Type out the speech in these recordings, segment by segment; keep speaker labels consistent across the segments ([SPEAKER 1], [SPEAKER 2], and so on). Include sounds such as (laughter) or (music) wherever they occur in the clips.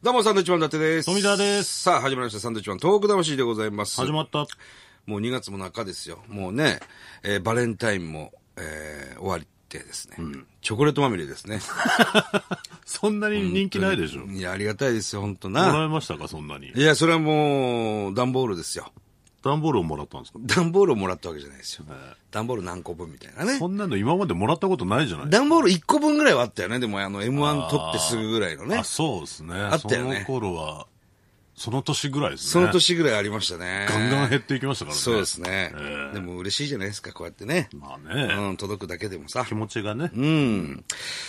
[SPEAKER 1] どうも、サンドウィッチマン伊達です。
[SPEAKER 2] 富田です。
[SPEAKER 1] さあ、始まりました。サンドウィッチマン、トーク魂でございます。
[SPEAKER 2] 始まった。
[SPEAKER 1] もう2月も中ですよ。もうね、えーバレンタインも、えー終わりってですね、チョコレートまみれですね。
[SPEAKER 2] そんなに人気ないでしょ。も
[SPEAKER 1] いや、ありがたいですよ、本当
[SPEAKER 2] ら
[SPEAKER 1] な。
[SPEAKER 2] いましたか、そんなに
[SPEAKER 1] い。や、それはもう、段ボールですよ。
[SPEAKER 2] 段ボールをもらったんですか
[SPEAKER 1] 段ボールをもらったわけじゃないですよ
[SPEAKER 2] え。
[SPEAKER 1] 段ボール何個分みたいなね
[SPEAKER 2] そ。んなの今までもらったことないじゃない
[SPEAKER 1] 段ボール1個分ぐらいはあったよね。でも、あの、M1 取ってすぐぐらいのね
[SPEAKER 2] あ、。そうですね。
[SPEAKER 1] あったよね
[SPEAKER 2] その頃は、その年ぐらいですね。
[SPEAKER 1] その。年ぐらいありましたね。
[SPEAKER 2] ガンガン減っていきましたからね。
[SPEAKER 1] そうですね。
[SPEAKER 2] ええ
[SPEAKER 1] でも嬉しいじゃないですか、こうやってね。
[SPEAKER 2] まあね、
[SPEAKER 1] うん、届くだけでもさ
[SPEAKER 2] 気。持ちがね。
[SPEAKER 1] うん。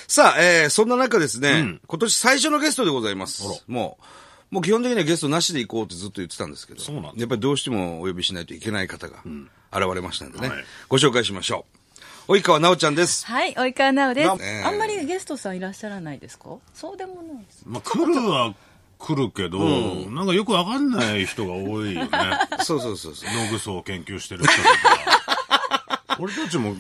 [SPEAKER 1] さあ、えー、そんな中ですね、今年最初のゲストでございます
[SPEAKER 2] あら。
[SPEAKER 1] もう、もう基本的にはゲストなしで行こうってずっと言ってたんですけど、
[SPEAKER 2] そうなんです
[SPEAKER 1] やっぱりどうしてもお呼びしないといけない方が現れましたんでね、
[SPEAKER 2] はい
[SPEAKER 1] ご紹介しましょう。及川奈緒ちゃん
[SPEAKER 3] (laughs)
[SPEAKER 1] です。
[SPEAKER 3] はい、及川奈緒です、
[SPEAKER 1] ねえ
[SPEAKER 3] あんまりゲストさんいらっしゃらないですかそうでもないです。
[SPEAKER 2] まあ来るは来るけど、なんかよくわかんない人が多いよ
[SPEAKER 1] (laughs)
[SPEAKER 2] ね。
[SPEAKER 1] そうそうそうそう。
[SPEAKER 2] ノグソを研究してる人とか。俺たちも、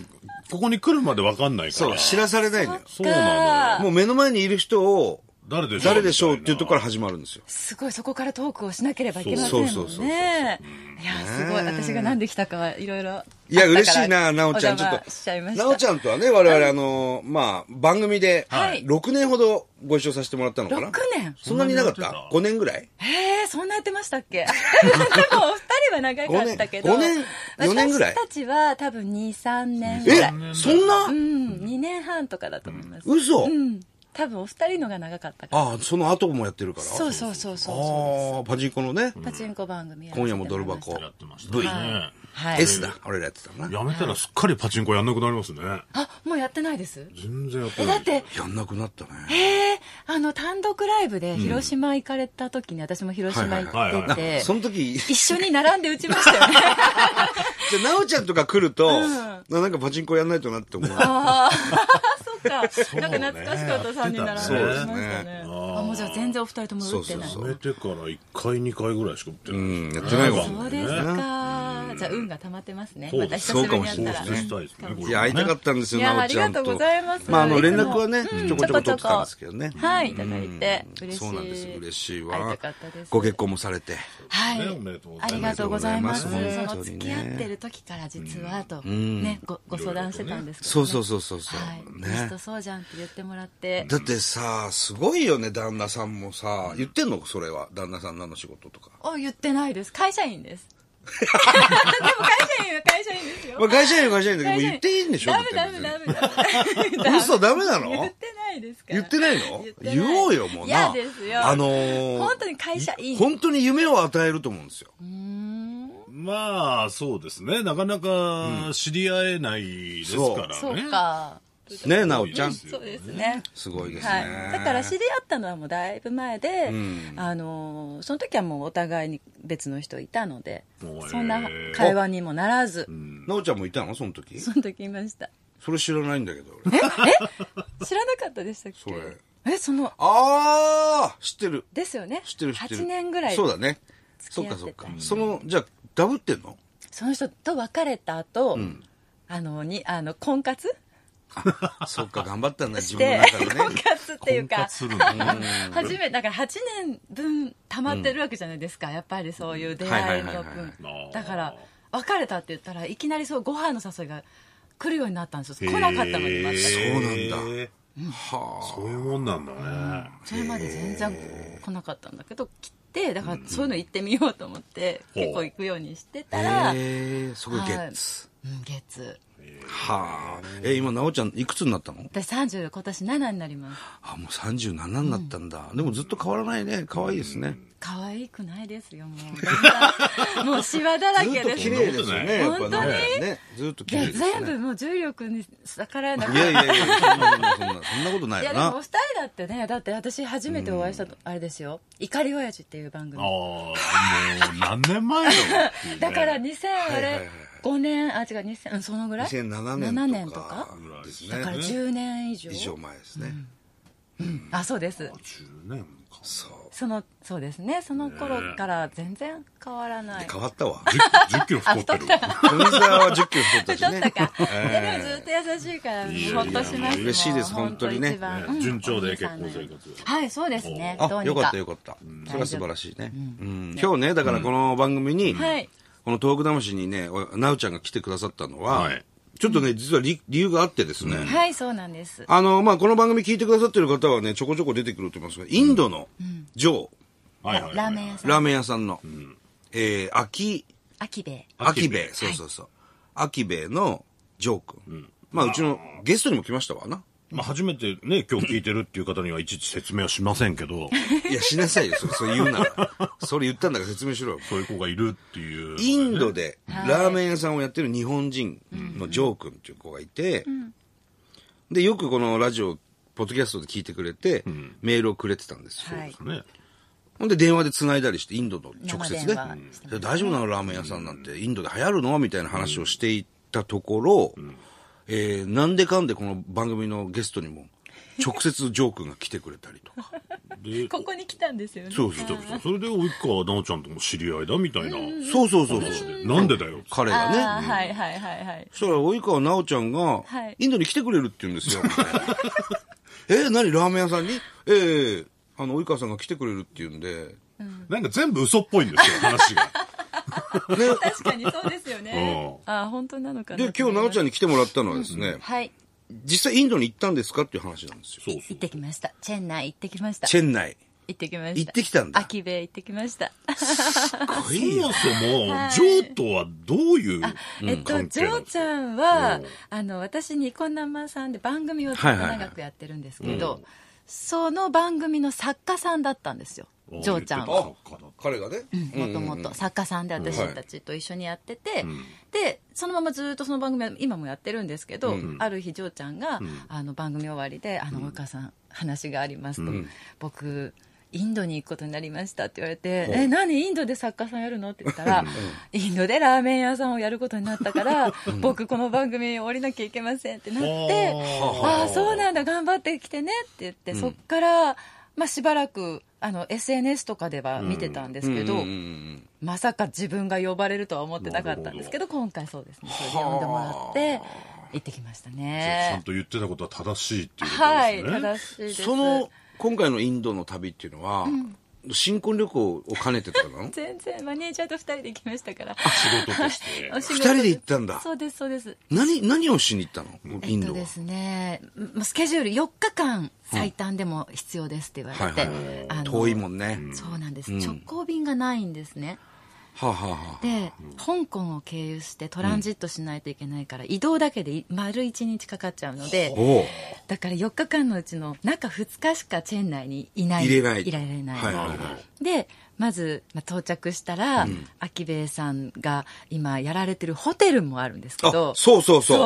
[SPEAKER 2] ここに来るまでわかんないか
[SPEAKER 1] そう、
[SPEAKER 2] ら。
[SPEAKER 1] 知らされないのよ。
[SPEAKER 2] そうなのよ。
[SPEAKER 1] もう目の前にいる人を、
[SPEAKER 2] 誰でしょう
[SPEAKER 1] 誰でしょうっていうところか
[SPEAKER 2] ろ
[SPEAKER 1] ら始まるんですよ。
[SPEAKER 3] すごい、そこからトークをしなければいけません
[SPEAKER 1] そう
[SPEAKER 3] もん
[SPEAKER 1] そうそうそうそう
[SPEAKER 3] ね。いや、すごい、私が何で来たかはいろいろ。
[SPEAKER 1] いや、嬉しいな、なおちゃん。
[SPEAKER 3] ち
[SPEAKER 1] ち
[SPEAKER 3] ょ
[SPEAKER 1] ょ
[SPEAKER 3] っ
[SPEAKER 1] っ
[SPEAKER 3] と
[SPEAKER 1] と。。
[SPEAKER 3] しちゃいました。
[SPEAKER 1] なおちゃんとはね、我々、あの、まあ、番組で、
[SPEAKER 3] はい
[SPEAKER 1] 6年ほどご一緒させてもらったのかな。
[SPEAKER 3] 6年
[SPEAKER 1] そんなになかっ
[SPEAKER 2] そんなにや
[SPEAKER 1] た
[SPEAKER 2] ってた
[SPEAKER 1] ?5 年ぐらい
[SPEAKER 3] へえ、そんなやってましたっけ (laughs) でも、お二人は長かったけど。
[SPEAKER 1] 五年四年ぐらい
[SPEAKER 3] 私たちは多分2、3年ぐ
[SPEAKER 1] え
[SPEAKER 3] らい。
[SPEAKER 1] そん
[SPEAKER 3] う、
[SPEAKER 1] なん
[SPEAKER 3] 2年半とかだと思います。
[SPEAKER 1] 嘘
[SPEAKER 3] うん。多分お二人のが長かったから。
[SPEAKER 1] ああ、その後もやってるから。
[SPEAKER 3] そうそうそうそうそう
[SPEAKER 1] ああ、パチンコのね
[SPEAKER 3] で、す。パチンコ番組やらせ
[SPEAKER 1] 今
[SPEAKER 3] て
[SPEAKER 1] 夜も
[SPEAKER 3] もら
[SPEAKER 1] ド
[SPEAKER 3] い
[SPEAKER 1] ル
[SPEAKER 3] ました
[SPEAKER 1] 箱
[SPEAKER 2] やってましたね
[SPEAKER 1] V
[SPEAKER 2] はい
[SPEAKER 3] はい。
[SPEAKER 1] S だ。俺らやってたのな。
[SPEAKER 2] やめたらすっかりパチンコやんなくなりますね。
[SPEAKER 3] あ、もうやってないです。
[SPEAKER 2] 全然やって
[SPEAKER 3] え、
[SPEAKER 2] な
[SPEAKER 3] だ
[SPEAKER 2] い。
[SPEAKER 3] って、
[SPEAKER 1] やんなくなったね。
[SPEAKER 3] えー、あの、単独ライブで広島行かれた時に、私も広島
[SPEAKER 2] はいはい
[SPEAKER 3] 行
[SPEAKER 2] は
[SPEAKER 3] っ
[SPEAKER 2] い
[SPEAKER 3] てて、
[SPEAKER 1] その時、じ
[SPEAKER 3] 一緒に並んで打ちました
[SPEAKER 2] (laughs)
[SPEAKER 3] よね。
[SPEAKER 1] ゃあ、なおちゃんとか来ると、
[SPEAKER 3] ん
[SPEAKER 1] ななんかパチンコやんないとなって思う。
[SPEAKER 3] ああ、そっか。
[SPEAKER 2] うね
[SPEAKER 3] なんか懐かしかった3人並んで打ち
[SPEAKER 2] そうで
[SPEAKER 3] まし
[SPEAKER 1] すね
[SPEAKER 3] たね。あ、もうじゃあ全然お二人とも打ってない。
[SPEAKER 1] そ
[SPEAKER 3] そ
[SPEAKER 1] そう
[SPEAKER 3] うう
[SPEAKER 2] やめてから1回2回ぐらいしか売ってない。
[SPEAKER 1] うん、やってないわ。
[SPEAKER 2] そう
[SPEAKER 3] です
[SPEAKER 2] ね
[SPEAKER 3] か。じゃあ運が溜まってますね。
[SPEAKER 2] そう
[SPEAKER 3] ま
[SPEAKER 2] で
[SPEAKER 3] た
[SPEAKER 2] す
[SPEAKER 3] 久しぶりにやっ
[SPEAKER 1] そうかもし
[SPEAKER 3] たら
[SPEAKER 1] れ。ない
[SPEAKER 2] したいですね。
[SPEAKER 1] いや、会いたかったんですよ、
[SPEAKER 3] いや
[SPEAKER 1] なおちゃんと。
[SPEAKER 3] ありがとうございます
[SPEAKER 1] まあ、あの、連絡はね、
[SPEAKER 3] うん
[SPEAKER 1] ちょこちょこ取ってたんですけどね。
[SPEAKER 3] はい、いただいて。嬉しい。
[SPEAKER 1] そうなんです、嬉しい
[SPEAKER 3] 会い
[SPEAKER 1] わ
[SPEAKER 3] たかったです。
[SPEAKER 1] ご結婚もされて。
[SPEAKER 3] はい、
[SPEAKER 2] ねおめでとうござ
[SPEAKER 3] あ
[SPEAKER 2] います
[SPEAKER 3] りがとうございます。
[SPEAKER 1] おめでとうございます
[SPEAKER 3] その付き合ってる時から実はと、ね、ごご相談してたんですけど、ね。
[SPEAKER 1] そうそうそうそうそう
[SPEAKER 3] はい、
[SPEAKER 1] ね
[SPEAKER 3] ベストそうじゃんって言ってもらって。
[SPEAKER 1] だってさ、すごいよね、旦那さんもさ。言ってんのそれは。旦那さん何の仕事とか。
[SPEAKER 3] あ、言ってないです。会社
[SPEAKER 1] (laughs)
[SPEAKER 3] 員です。でも会社員は会社員ですよ。
[SPEAKER 1] まあ、会社員は会社員だけど、もう
[SPEAKER 3] 会社員
[SPEAKER 1] 言っていいんでしょ
[SPEAKER 3] ダメダメダメダメ。
[SPEAKER 1] 嘘ダメなの
[SPEAKER 3] 言ってないですから。
[SPEAKER 1] 言ってないの
[SPEAKER 3] 言ってない
[SPEAKER 1] 言おうよ、もうな。
[SPEAKER 3] 嫌ですよ。
[SPEAKER 1] あのー
[SPEAKER 3] 本当に会社員。
[SPEAKER 1] 本当に夢を与えると思うんですよ。
[SPEAKER 2] まあ、そうですね。なかなか知り合えないですから
[SPEAKER 3] そ
[SPEAKER 2] ね。
[SPEAKER 3] うか。
[SPEAKER 1] ねなおちゃん。
[SPEAKER 3] そうですね。
[SPEAKER 1] すごいですね。
[SPEAKER 3] はい、だから知り合ったのはもうだいぶ前で、あのーその時はもうお互いに別の人いたので
[SPEAKER 2] おい
[SPEAKER 3] そんな会話にもならず、
[SPEAKER 1] なおちゃんもいたのその時
[SPEAKER 3] その時いました
[SPEAKER 1] それ知らないんだけど、俺。
[SPEAKER 3] 知らなかったでしたっけ
[SPEAKER 1] それ
[SPEAKER 3] えその
[SPEAKER 1] あー知ってる。
[SPEAKER 3] ですよね
[SPEAKER 1] 知ってる、知ってる。
[SPEAKER 3] 8年ぐらい
[SPEAKER 1] そうだね。そ
[SPEAKER 3] 付
[SPEAKER 1] っ
[SPEAKER 3] き合
[SPEAKER 1] か
[SPEAKER 3] ってた
[SPEAKER 1] そっか。その、じゃあ、ダブってんの
[SPEAKER 3] その人と別れた後、あのにあの婚活
[SPEAKER 1] そっか、頑張ったんだ、自
[SPEAKER 3] し
[SPEAKER 1] 分
[SPEAKER 3] て
[SPEAKER 1] の中でね。
[SPEAKER 3] (laughs) 婚活っていう
[SPEAKER 2] 婚
[SPEAKER 3] か
[SPEAKER 2] 活するんだね
[SPEAKER 3] 初めだから8年分溜まってるわけじゃないですか、やっぱりそういう出会いの分、
[SPEAKER 1] はいはいはいはい
[SPEAKER 2] あー
[SPEAKER 3] だから別れたって言ったらいきなりそうご飯の誘いが来るようになったんです
[SPEAKER 2] へ
[SPEAKER 3] よ
[SPEAKER 2] ー
[SPEAKER 3] 来なかったのにまず
[SPEAKER 1] そうなんは
[SPEAKER 2] そういうもんなんだね。
[SPEAKER 3] それまで全然来なかったんだけど来てだからそういうの行ってみようと思って、
[SPEAKER 2] うん
[SPEAKER 3] 結構行くようにして
[SPEAKER 1] あ。
[SPEAKER 3] たら、
[SPEAKER 1] へえ、そこゲッツ。
[SPEAKER 3] うん月
[SPEAKER 1] はあ。え、今、なおちゃん、いくつになったの
[SPEAKER 3] 私30今年7になります
[SPEAKER 1] あ、もう37になったんだ。でもずっと変わらないね。可愛いですね。
[SPEAKER 3] 可愛くないですよ
[SPEAKER 1] (laughs)
[SPEAKER 3] もうだんだんもうシワだら
[SPEAKER 1] ずっ
[SPEAKER 3] け
[SPEAKER 1] と
[SPEAKER 3] で
[SPEAKER 1] 綺
[SPEAKER 3] す
[SPEAKER 1] 麗ですよね。やっぱ
[SPEAKER 3] 本当に
[SPEAKER 1] ねね。ずっと綺麗
[SPEAKER 3] で
[SPEAKER 1] ですね。
[SPEAKER 3] 全部もう重力に逆らえなく
[SPEAKER 1] い
[SPEAKER 3] て
[SPEAKER 1] やいやいや、そんなそんなそんな、そんなことない
[SPEAKER 3] いや
[SPEAKER 1] よ
[SPEAKER 3] でもお
[SPEAKER 1] な
[SPEAKER 3] 二。人だってねだって私初めてお会いしたと、あれですよ「怒り親父っていう番
[SPEAKER 2] あ
[SPEAKER 3] 組
[SPEAKER 2] あ、もう何年前だろうっていうね
[SPEAKER 3] (laughs) だから
[SPEAKER 1] いはいはい
[SPEAKER 3] 2005年あ違う2000うんそのぐらい
[SPEAKER 1] 2007
[SPEAKER 3] 7
[SPEAKER 1] 年
[SPEAKER 3] 年
[SPEAKER 1] と
[SPEAKER 3] と
[SPEAKER 1] か
[SPEAKER 3] か
[SPEAKER 1] です
[SPEAKER 3] だから
[SPEAKER 1] ね。
[SPEAKER 3] 10年以上
[SPEAKER 1] 以上前ですね。
[SPEAKER 3] あそうです
[SPEAKER 2] 10年か。
[SPEAKER 1] そう。
[SPEAKER 3] そのそうですねその頃から全然変わらない
[SPEAKER 1] 変わったわ。 (laughs)
[SPEAKER 2] 10キロ太ってる。
[SPEAKER 1] 米沢は10キロ太
[SPEAKER 3] 太
[SPEAKER 1] っ
[SPEAKER 3] った
[SPEAKER 1] しね。
[SPEAKER 3] たか、でもずっと優しいから
[SPEAKER 2] いやいや
[SPEAKER 3] ほっとしました
[SPEAKER 1] 嬉しいです本当にね
[SPEAKER 3] 一番
[SPEAKER 2] ね順調で
[SPEAKER 3] お兄
[SPEAKER 2] 結
[SPEAKER 3] さんの
[SPEAKER 2] 婚生活。
[SPEAKER 3] はいそうですねど
[SPEAKER 1] あ、
[SPEAKER 3] う
[SPEAKER 1] よか
[SPEAKER 3] に
[SPEAKER 1] っ
[SPEAKER 3] か
[SPEAKER 1] たよかった。それは素晴らしいね。
[SPEAKER 3] う
[SPEAKER 1] うん今日ね、だからこの番組に、
[SPEAKER 3] はい
[SPEAKER 1] この東北魂にね、おなおちゃんが来てくださったのは
[SPEAKER 2] はい、
[SPEAKER 1] ちょっとね、実は理理由があってですね。
[SPEAKER 3] はいそうなんです
[SPEAKER 1] あの、まあ、この番組聞いてくださってる方はね、ちょこちょこ出てくると思いますが、インドのジョー、
[SPEAKER 2] はいはいはい。
[SPEAKER 3] ラーメン屋さん
[SPEAKER 1] ラーメン屋さんの、えー、秋、
[SPEAKER 3] 秋兵衛
[SPEAKER 1] 秋
[SPEAKER 2] 秋
[SPEAKER 1] 兵
[SPEAKER 2] 兵衛
[SPEAKER 1] 衛、そうそうそう。秋兵衛のジョー君。まあ、うちのゲストにも来ましたわな。
[SPEAKER 2] まあ初めてね、今日聞いてるっていう方にはいちいち説明はしませんけ
[SPEAKER 3] (laughs)
[SPEAKER 2] ど、
[SPEAKER 1] いや、しなさいよ、それ、 (laughs) それ言うなら。それ言ったんだから説明しろよ。
[SPEAKER 2] そういう子がいるっていう。
[SPEAKER 1] インドでラーメン屋さんをやってる日本人のジョー君っていう子がいて、で、よくこのラジオ、ポッドキャストで聞いてくれて、メールをくれてたんですよ。
[SPEAKER 3] はい
[SPEAKER 2] ね。
[SPEAKER 1] ほんで電話で繋いだりして、インドの直接ね
[SPEAKER 3] 生電話してます。ね
[SPEAKER 1] で大丈夫なのラーメン屋さんなんて、インドで流行るのみたいな話をしていったところ、えーなんでかんでこの番組のゲストにも、直接ジョー君が来てくれたりとか。
[SPEAKER 2] で、
[SPEAKER 3] ここに来たんですよね
[SPEAKER 2] そうそうそうそう。それで、及川奈緒ちゃんとも知り合いだみたいな。
[SPEAKER 1] そうそうそうそう。
[SPEAKER 2] なんでだよ。
[SPEAKER 1] 彼がね。
[SPEAKER 3] あーはいはいはいはい
[SPEAKER 1] そしたら、及川奈緒ちゃんが
[SPEAKER 3] はい、
[SPEAKER 1] インドに来てくれるって言うんです
[SPEAKER 3] (laughs)
[SPEAKER 1] よ。えー、何ラーメン屋さんにええあの、及川さんが来てくれるって言うんで、
[SPEAKER 2] なんか全部嘘っぽいんですよ、話
[SPEAKER 3] (laughs)
[SPEAKER 2] が。
[SPEAKER 3] 確かにそうですよねあー本当なのかな
[SPEAKER 1] で、今日奈緒ちゃん
[SPEAKER 3] に
[SPEAKER 1] に来てもらったのはですね、
[SPEAKER 3] はい
[SPEAKER 1] 実際インドに行ったんですかっていう話なんですよ。
[SPEAKER 2] そうそ
[SPEAKER 3] 行っ
[SPEAKER 2] う。
[SPEAKER 3] てきましたチェンナイ行ってきました
[SPEAKER 1] チ
[SPEAKER 3] 行
[SPEAKER 1] ェン内。
[SPEAKER 3] ってきました
[SPEAKER 1] 行ってきたんだ
[SPEAKER 3] 秋兵衛行ってきました
[SPEAKER 1] かっこ
[SPEAKER 2] そ
[SPEAKER 1] いいよ
[SPEAKER 2] もそも、ジョーとはどういう
[SPEAKER 3] えっと、
[SPEAKER 2] 関
[SPEAKER 3] ジ
[SPEAKER 2] 係
[SPEAKER 3] ョ
[SPEAKER 2] なん
[SPEAKER 3] ー
[SPEAKER 2] です
[SPEAKER 3] ち
[SPEAKER 2] か
[SPEAKER 3] ゃんは、あの、私、ニコ生さんで番組をずっと長くやってるんですけど、その番組の作家さんだったんですよ、ジョーちゃんは。
[SPEAKER 1] あ彼がね、
[SPEAKER 3] もともと作家さんで私たちと一緒にやってて、でそのままずっとその番組は今もやってるんですけど、ある日嬢ちゃんが、あの番組終わりで「あの及川さん話があります」と「僕インドに行くことになりました」って言われて「え何インドで作家さんやるの?」って言ったら「インドでラーメン屋さんをやることになったから僕この番組降りなきゃいけません」ってなって「ああそうなんだ頑張ってきてね」って言ってそっから、まあ、しばらくあの SNS とかでは見てたんですけど。
[SPEAKER 1] うんうんうん
[SPEAKER 3] まさか自分が呼ばれるとは思ってなかったんですけど今回そうですねそれで呼んでもらって行ってきました
[SPEAKER 2] ちゃん
[SPEAKER 3] ね
[SPEAKER 2] と言ってたことは正しいっていうこと
[SPEAKER 3] は
[SPEAKER 2] で
[SPEAKER 3] い
[SPEAKER 2] すね。
[SPEAKER 3] 正しいです
[SPEAKER 1] その今回のインドの旅っていうのは、新婚旅行を兼ねてとかなの
[SPEAKER 3] 全然マネージャーと二人で行きましたから
[SPEAKER 2] 仕事として。
[SPEAKER 3] お仕事
[SPEAKER 1] 二人で行ったんだ
[SPEAKER 3] そうですそうです
[SPEAKER 1] 何何をしに行ったのインド
[SPEAKER 3] え
[SPEAKER 1] は、
[SPEAKER 3] っとですねまスケジュール4日間最短でも必要ですって言われて、
[SPEAKER 1] はいはい
[SPEAKER 3] あの
[SPEAKER 1] 遠いもんね、
[SPEAKER 3] そうなんです、直行便がないんですね
[SPEAKER 1] はあ、はあはあ、
[SPEAKER 3] で香港を経由してトランジットしないといけないから、移動だけでい丸1日かかっちゃうので
[SPEAKER 1] おう
[SPEAKER 3] だから4日間のうちの中2日しかチェン内にいない
[SPEAKER 1] 入れない
[SPEAKER 3] いられない、
[SPEAKER 1] はいはいはい
[SPEAKER 3] でまず、まあ、到着したら、秋兵衛さんが今やられてるホテルもあるんですけ
[SPEAKER 1] あ
[SPEAKER 3] ど
[SPEAKER 1] そうそうそう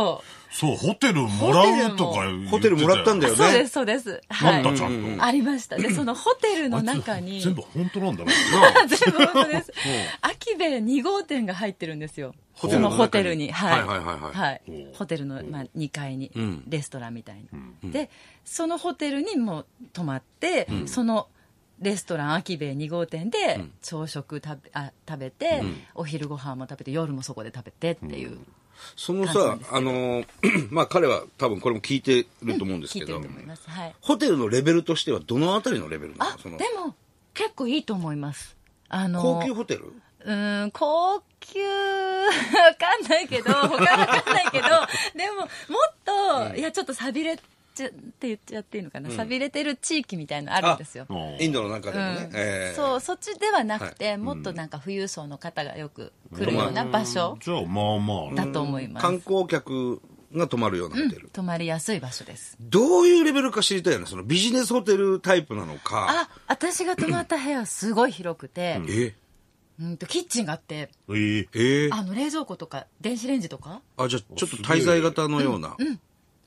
[SPEAKER 3] そ
[SPEAKER 2] そう、ホテルもらうとか言ってたよ
[SPEAKER 1] ホテルもらったんだ
[SPEAKER 3] う
[SPEAKER 1] よ
[SPEAKER 3] そうで
[SPEAKER 1] ね
[SPEAKER 3] すそうです、は
[SPEAKER 2] ないんだ、ちゃんと。
[SPEAKER 3] ありましたでそのホテルの中に
[SPEAKER 2] 全部本当なんだな。
[SPEAKER 3] 全部本
[SPEAKER 1] (laughs)
[SPEAKER 3] 当です秋兵衛2号店が入ってるんですよ
[SPEAKER 1] ホテルの中に
[SPEAKER 3] そのホテルにはい
[SPEAKER 1] はいはいはい
[SPEAKER 3] はい
[SPEAKER 2] おう
[SPEAKER 3] ホテルの、まあ、2階に、
[SPEAKER 1] ん
[SPEAKER 3] レストランみたいに、でそのホテルにもう泊まって、そのレストラン秋兵衛2号店で朝食食べあ食べて、お昼ご飯も食べて夜もそこで食べてっていう、
[SPEAKER 1] その
[SPEAKER 3] 感じな
[SPEAKER 1] さ
[SPEAKER 3] んですけ
[SPEAKER 1] あ
[SPEAKER 3] ど
[SPEAKER 1] の (clears throat) ーまあ彼は多分これも聞いてると思うんです
[SPEAKER 3] 聞
[SPEAKER 1] け
[SPEAKER 3] いてる
[SPEAKER 1] ど、
[SPEAKER 3] と思います、はい、
[SPEAKER 1] ホテルのレベルとしてはどのあたりのレベルな
[SPEAKER 3] あ
[SPEAKER 1] の
[SPEAKER 3] で
[SPEAKER 1] その
[SPEAKER 3] も結構いいと思いますあの
[SPEAKER 1] 高級ホテル
[SPEAKER 3] うーん、高級、わかんないけ (laughs) ど、他わかんないけど、でも、もっと、いや、ちょっと寂れちゃって言っちゃっていいのかな、寂れてる地域みたいなのあるんですよ。
[SPEAKER 2] うん
[SPEAKER 1] インドの中
[SPEAKER 3] う
[SPEAKER 1] でもね
[SPEAKER 3] ん、
[SPEAKER 1] えー
[SPEAKER 3] そう、そっちではなくて、もっとなんか富裕層の方がよく来るような場所
[SPEAKER 2] じゃあ、まあま
[SPEAKER 3] だと思います。
[SPEAKER 1] 観光客が泊まるようなホテル、
[SPEAKER 3] 泊まりやすい場所です。
[SPEAKER 1] どういうレベルか知りたいよね。そのビジネスホテルタイプなのか。
[SPEAKER 3] あ、私が泊まった部屋すごい広くて、
[SPEAKER 1] え
[SPEAKER 3] うんと、キッチンがあって、
[SPEAKER 2] あ。ええ。
[SPEAKER 1] えー
[SPEAKER 3] あの、冷蔵庫とか、電子レンジとか
[SPEAKER 1] あ、じゃあちょっと滞在型のような。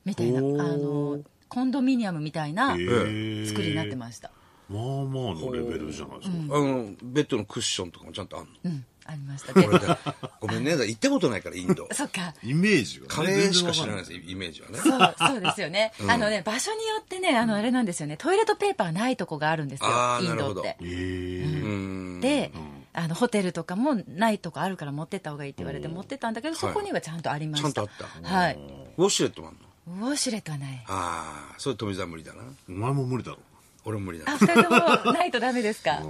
[SPEAKER 3] みたいな、あ
[SPEAKER 1] おー
[SPEAKER 3] の、コンドミニアムみたいな
[SPEAKER 2] ええ
[SPEAKER 3] 作りになってました。
[SPEAKER 2] まあまあのレベルじゃないですか。
[SPEAKER 1] あの、ベッドのクッションとかもちゃんとあんの。
[SPEAKER 3] うん、ありました
[SPEAKER 1] 俺
[SPEAKER 3] で (laughs)
[SPEAKER 1] だごめんね行ったことないからインド
[SPEAKER 3] そっか
[SPEAKER 2] イメージがね、
[SPEAKER 1] カレーしか知らない
[SPEAKER 2] 全然わ
[SPEAKER 1] ですイメージはね
[SPEAKER 3] そうそうですよね、あのね場所によってねあのあれなんですよねトイレットペーパーないとこがあるんですよ
[SPEAKER 1] あー
[SPEAKER 3] イン
[SPEAKER 1] なる
[SPEAKER 3] ド
[SPEAKER 1] ほ
[SPEAKER 3] っ
[SPEAKER 1] ど
[SPEAKER 2] か
[SPEAKER 3] て
[SPEAKER 2] んないへー
[SPEAKER 1] うん
[SPEAKER 3] で、あのホテルとかもないとこあるから持ってった方がいいって言われて持ってったんだけど
[SPEAKER 1] い
[SPEAKER 3] そこにはちゃんとありま
[SPEAKER 1] ちゃ
[SPEAKER 3] し
[SPEAKER 1] んと
[SPEAKER 3] た、
[SPEAKER 1] あっ
[SPEAKER 3] は
[SPEAKER 1] た
[SPEAKER 3] い、
[SPEAKER 1] ウォシュレットもあんの
[SPEAKER 3] ウォシュレットはない
[SPEAKER 1] ああそれ富澤無理だな
[SPEAKER 2] お前も無理だろ
[SPEAKER 1] 俺も無理だ
[SPEAKER 3] あ
[SPEAKER 1] な
[SPEAKER 3] 二人ともないとダメですか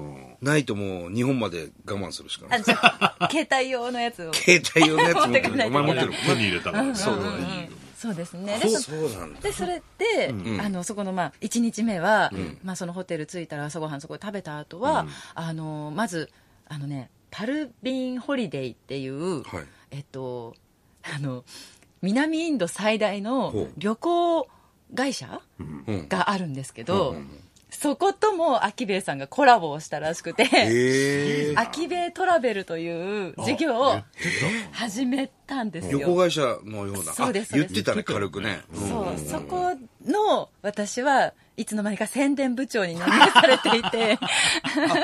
[SPEAKER 1] ないともう日本まで我慢するしかな
[SPEAKER 3] あ
[SPEAKER 1] い
[SPEAKER 3] じゃあ携帯用のやつを
[SPEAKER 1] 携帯用のや (laughs) つ持って
[SPEAKER 3] 持ってか
[SPEAKER 1] る
[SPEAKER 3] ない
[SPEAKER 1] お
[SPEAKER 3] といけな
[SPEAKER 1] 前
[SPEAKER 3] い
[SPEAKER 1] 持ってる
[SPEAKER 2] 手に入れたから、
[SPEAKER 1] そうだね
[SPEAKER 3] そうですねでそ
[SPEAKER 1] そうなんだ
[SPEAKER 3] でそれで、あのそこのまあ1日目は、まあ、そのホテル着いたら朝ごはんそこで食べた後は、あのまずあのねパルビンホリデーっていう、
[SPEAKER 1] はい
[SPEAKER 3] えっとあの南インド最大
[SPEAKER 1] ほ
[SPEAKER 3] の
[SPEAKER 1] う
[SPEAKER 3] 旅行会社
[SPEAKER 1] うん
[SPEAKER 3] があるんですけど、そこともアキベイさんがコラボをしたらしくて、
[SPEAKER 1] ええ
[SPEAKER 3] アキベイトラベルという事業を始めたんですよ
[SPEAKER 1] 旅行会社のような
[SPEAKER 3] そうです
[SPEAKER 1] あ言
[SPEAKER 3] そう
[SPEAKER 1] っ
[SPEAKER 3] です
[SPEAKER 1] てたね軽くねうん
[SPEAKER 3] そう、そこの私はいつの間にか宣伝部長に任命されていて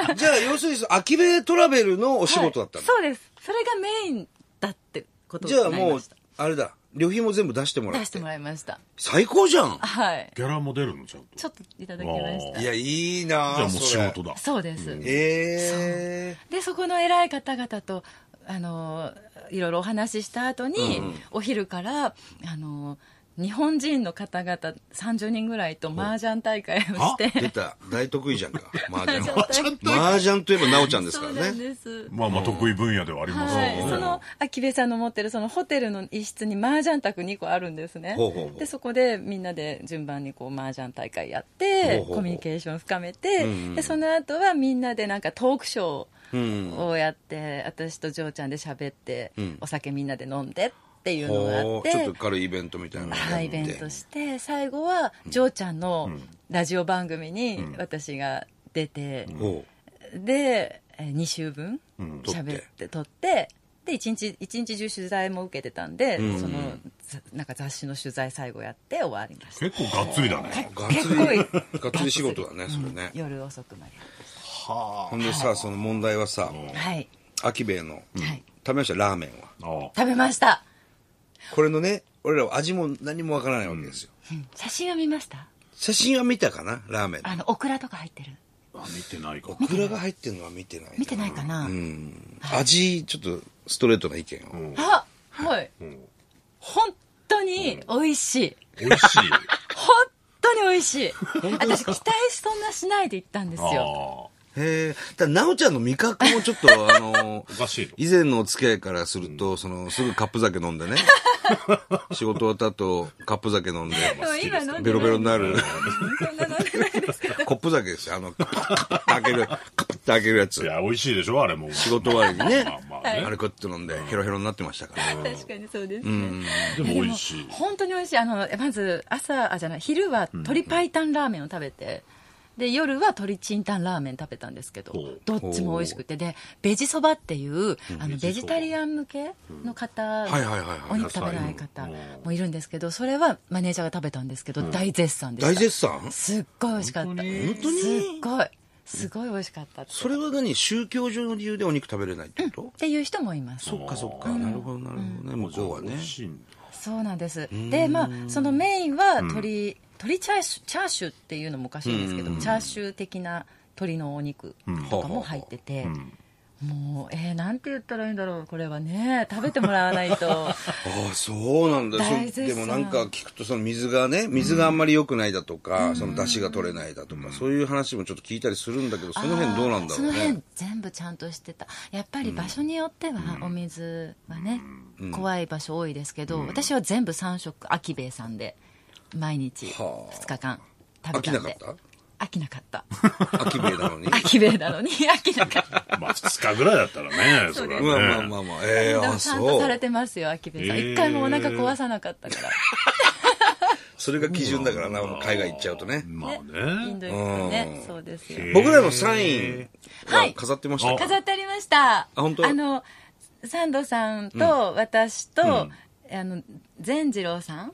[SPEAKER 1] あ (laughs) じゃあ要するにそのアキベイトラベルの (laughs) お仕事だったの
[SPEAKER 3] (laughs) そうですそれがメインだってこと
[SPEAKER 1] じゃあ
[SPEAKER 3] になり
[SPEAKER 1] もう
[SPEAKER 3] ました
[SPEAKER 1] あれだ旅費も全部出してもらっ
[SPEAKER 3] 出しててもらいました
[SPEAKER 1] 最高じゃん
[SPEAKER 3] はい
[SPEAKER 2] ギャラも出るのちゃんと
[SPEAKER 3] ちょっといただきました
[SPEAKER 1] いやいいなあ
[SPEAKER 2] じゃあもう
[SPEAKER 1] そ
[SPEAKER 2] 仕
[SPEAKER 1] れ
[SPEAKER 2] 事だ
[SPEAKER 3] そうです、
[SPEAKER 1] ええ
[SPEAKER 3] でそこの偉い方々とあのいろいろお話しした後に、お昼からあの日本人の方々30人ぐらいと麻雀大会をして
[SPEAKER 1] 出た大得意じゃんか麻 (laughs) 雀
[SPEAKER 3] 麻雀大
[SPEAKER 1] 麻雀といえば奈緒ちゃんです
[SPEAKER 3] (laughs) そ
[SPEAKER 1] か
[SPEAKER 3] う
[SPEAKER 1] ら
[SPEAKER 3] なん
[SPEAKER 1] ね
[SPEAKER 3] です
[SPEAKER 2] まあまあ得意分野ではあります
[SPEAKER 3] はい、
[SPEAKER 2] け
[SPEAKER 3] そ
[SPEAKER 2] ど
[SPEAKER 3] の秋部さんの持ってるそのホテルの一室に麻雀卓2個あるんですね
[SPEAKER 1] ほうほうほう
[SPEAKER 3] でそこでみんなで順番にこう麻雀大会やって
[SPEAKER 1] ほうほうほう
[SPEAKER 3] コミュニケーション深めて、
[SPEAKER 1] うんうん
[SPEAKER 3] でその後はみんなでなんかトークショ
[SPEAKER 1] うん
[SPEAKER 3] ーをやって、私と嬢ちゃんで喋って、
[SPEAKER 1] うん
[SPEAKER 3] お酒みんなで飲んでっていうのがあ
[SPEAKER 1] ほ
[SPEAKER 3] っ
[SPEAKER 1] うちょってと。軽いイベントみたいなのやって
[SPEAKER 3] はい、イベントして最後は嬢ちゃんのラジオ番組に私が出て、
[SPEAKER 1] ほ
[SPEAKER 3] で2週分
[SPEAKER 2] ん
[SPEAKER 3] 喋って撮ってで一日一日中取材も受けてたんで、
[SPEAKER 1] うん
[SPEAKER 3] そのざなんか雑誌の取材最後やって終わりました
[SPEAKER 2] 結構がっつりだね
[SPEAKER 1] うがっつ
[SPEAKER 3] (laughs) 結
[SPEAKER 1] り
[SPEAKER 3] 構いい
[SPEAKER 1] がっつり仕事だねそれね
[SPEAKER 3] 夜遅くまで
[SPEAKER 2] は
[SPEAKER 1] ほんでさその問題はさ
[SPEAKER 3] はい、
[SPEAKER 1] 秋兵衛の
[SPEAKER 3] はい、
[SPEAKER 1] 食べましたラーメンは
[SPEAKER 2] ああ
[SPEAKER 3] 食べました、
[SPEAKER 1] これのね俺らは味も何もわからないわけですよ
[SPEAKER 3] うん写真は見ました
[SPEAKER 1] 写真は見たかなラーメンの
[SPEAKER 3] あのオクラとか入ってる
[SPEAKER 2] あ見てないか
[SPEAKER 1] オクラが入ってるのは見てない
[SPEAKER 3] 見てないかな、
[SPEAKER 1] うん味ちょっとストレートな意見を
[SPEAKER 3] あはい、本当に美味しい、
[SPEAKER 2] 美味しい
[SPEAKER 3] 本当に美味
[SPEAKER 1] (laughs)
[SPEAKER 3] しい私期待そんなしないで行ったんです
[SPEAKER 2] あ
[SPEAKER 3] よ
[SPEAKER 2] あ
[SPEAKER 1] へえ。ただ、なおちゃんの味覚もちょっ
[SPEAKER 3] (laughs)
[SPEAKER 1] と、あの
[SPEAKER 2] お、かしいの
[SPEAKER 1] 以前のお付き合いからすると、その、すぐカップ酒飲んで
[SPEAKER 3] (laughs)
[SPEAKER 1] ね。仕事終わった後、カップ酒飲んで、
[SPEAKER 3] でも今飲んでない
[SPEAKER 1] ベロベロになる、
[SPEAKER 3] そんな飲んでないです
[SPEAKER 1] コップ酒ですよ。あの、カパッカパッて開ける、カパッて開けるやつ
[SPEAKER 2] い。や美味しいでしょあれも
[SPEAKER 1] 仕事終わりに
[SPEAKER 2] まあ
[SPEAKER 1] ね、
[SPEAKER 2] まあね、
[SPEAKER 1] あれこって飲んで、ヘロヘロになってましたから。
[SPEAKER 3] 確かにそうですね、
[SPEAKER 2] でも美味しい
[SPEAKER 3] 本当に美味しいあのまず朝あじゃない昼は鶏白湯ラーメンを食べて、で夜は鶏チンタンラーメン食べたんですけど
[SPEAKER 2] ほう
[SPEAKER 3] どっちも美味しくてでベジそばっていうあの
[SPEAKER 2] ベジそば
[SPEAKER 3] ベジタリアン向けの方
[SPEAKER 1] はいはいはいはい
[SPEAKER 3] お肉食べない方
[SPEAKER 2] 野菜
[SPEAKER 3] もいるんですけどそれはマネージャーが食べたんですけど大絶賛でした
[SPEAKER 1] 大絶賛
[SPEAKER 3] すっごい美味しかった
[SPEAKER 2] 本当
[SPEAKER 3] 本
[SPEAKER 2] に
[SPEAKER 3] 当にすっごいすごい美味しかったって
[SPEAKER 1] それは何宗教上の理由でお肉食べれないってこと
[SPEAKER 3] っていう人もいます
[SPEAKER 1] そっかそっか。なるほどなるほどね、向こうは
[SPEAKER 2] 美
[SPEAKER 1] ね
[SPEAKER 2] 味。しいんだ
[SPEAKER 3] そうなんですでまあそのメインは鶏、鶏チャーシュチャーシューっていうのもおかしいんですけど、チャーシュー的な鶏のお肉とかも入ってて、もうえー、なんて言ったらいいんだろうこれはね食べてもらわないと
[SPEAKER 1] ああそうなんだ
[SPEAKER 3] 大
[SPEAKER 1] そ
[SPEAKER 3] 絶賛
[SPEAKER 1] でもなんか聞くとその水がね水があんまり良くないだとか、その出汁が取れないだとか、そういう話もちょっと聞いたりするんだ (laughs) けどその辺どうなんだろう
[SPEAKER 3] あーその
[SPEAKER 1] ね
[SPEAKER 3] 辺全部ちゃんとしてたやっぱり場所によってはお水はね、怖い場所多いですけど、私は全部3食秋兵衛さんで毎日
[SPEAKER 1] はあ
[SPEAKER 3] 2日間 (laughs)
[SPEAKER 1] 飽
[SPEAKER 3] 食べ
[SPEAKER 1] き
[SPEAKER 3] た
[SPEAKER 1] なんかっ
[SPEAKER 3] で
[SPEAKER 1] た
[SPEAKER 3] 飽きなかった (laughs)
[SPEAKER 1] 飽きべえなのに
[SPEAKER 3] 秋兵衛なのに飽きなかった
[SPEAKER 2] まあ2日ぐらいだったら
[SPEAKER 1] (laughs)
[SPEAKER 2] ねそれはね
[SPEAKER 1] まあまあまあまあええ
[SPEAKER 3] で
[SPEAKER 1] ー、
[SPEAKER 3] も
[SPEAKER 1] あ
[SPEAKER 3] ちゃんとさ
[SPEAKER 1] そ
[SPEAKER 3] れ
[SPEAKER 1] う
[SPEAKER 3] てますよ、秋部さん。
[SPEAKER 2] え
[SPEAKER 3] 一、
[SPEAKER 2] ー
[SPEAKER 3] 回もお腹壊さなかったから。
[SPEAKER 1] それが基準だからな海外行っちゃうとね
[SPEAKER 2] まあ
[SPEAKER 3] イ
[SPEAKER 2] ね
[SPEAKER 3] ンド行くとね、そうですよ。
[SPEAKER 1] 僕らのサイン
[SPEAKER 3] は
[SPEAKER 1] はい飾ってましたか、
[SPEAKER 3] 飾ってありました。
[SPEAKER 1] あ本当
[SPEAKER 3] の、サンドさんと私と、あの、善次郎さん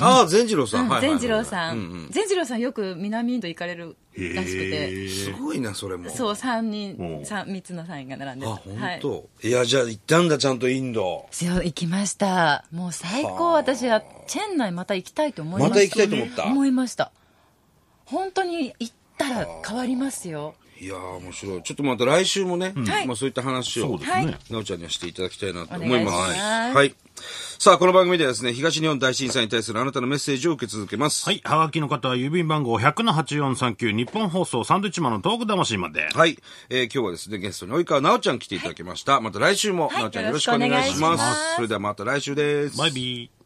[SPEAKER 1] ああ、善次郎さん。
[SPEAKER 3] うん
[SPEAKER 1] はいはいはい
[SPEAKER 3] 善次郎さ。
[SPEAKER 1] うん
[SPEAKER 3] 善次郎さんよく南インド行かれるらしくて。
[SPEAKER 1] ん。すごいな、それも。
[SPEAKER 3] そう、
[SPEAKER 2] お
[SPEAKER 3] 三人、
[SPEAKER 2] う
[SPEAKER 3] 三、三つのサインが並んで
[SPEAKER 1] あ、
[SPEAKER 3] た。
[SPEAKER 1] 本当。いや、じゃあ行ったんだ、ちゃんとインド。
[SPEAKER 3] そう行きました。もう最高。私は、チェン内また行きたいと思いました。
[SPEAKER 1] また行きたいと思った
[SPEAKER 3] 思いました。本当に行ったら変わりますよ。
[SPEAKER 1] いやー、面白い。ちょっとまた来週もね、
[SPEAKER 3] はい
[SPEAKER 1] まあそういった話
[SPEAKER 2] そ
[SPEAKER 1] を
[SPEAKER 2] うで。すね。
[SPEAKER 3] はい
[SPEAKER 1] なおちゃんにはしていただきたいなと思います。
[SPEAKER 3] お願いします
[SPEAKER 1] はい。さあ、この番組ではですね、東日本大震災に対するあなたのメッセージを受け続けます。
[SPEAKER 2] はい。はがきの方は郵便番号100-8439日本放送サンドイッチマンのトーク魂まで。
[SPEAKER 1] はい。えー今日はですね、ゲストに及川なおちゃん来ていただきました。また来週も、
[SPEAKER 3] はい
[SPEAKER 1] なおちゃんよろしくお願いし
[SPEAKER 3] よろしくお願
[SPEAKER 1] ま
[SPEAKER 3] いします
[SPEAKER 1] す。それではまた来週です。
[SPEAKER 2] バイビー。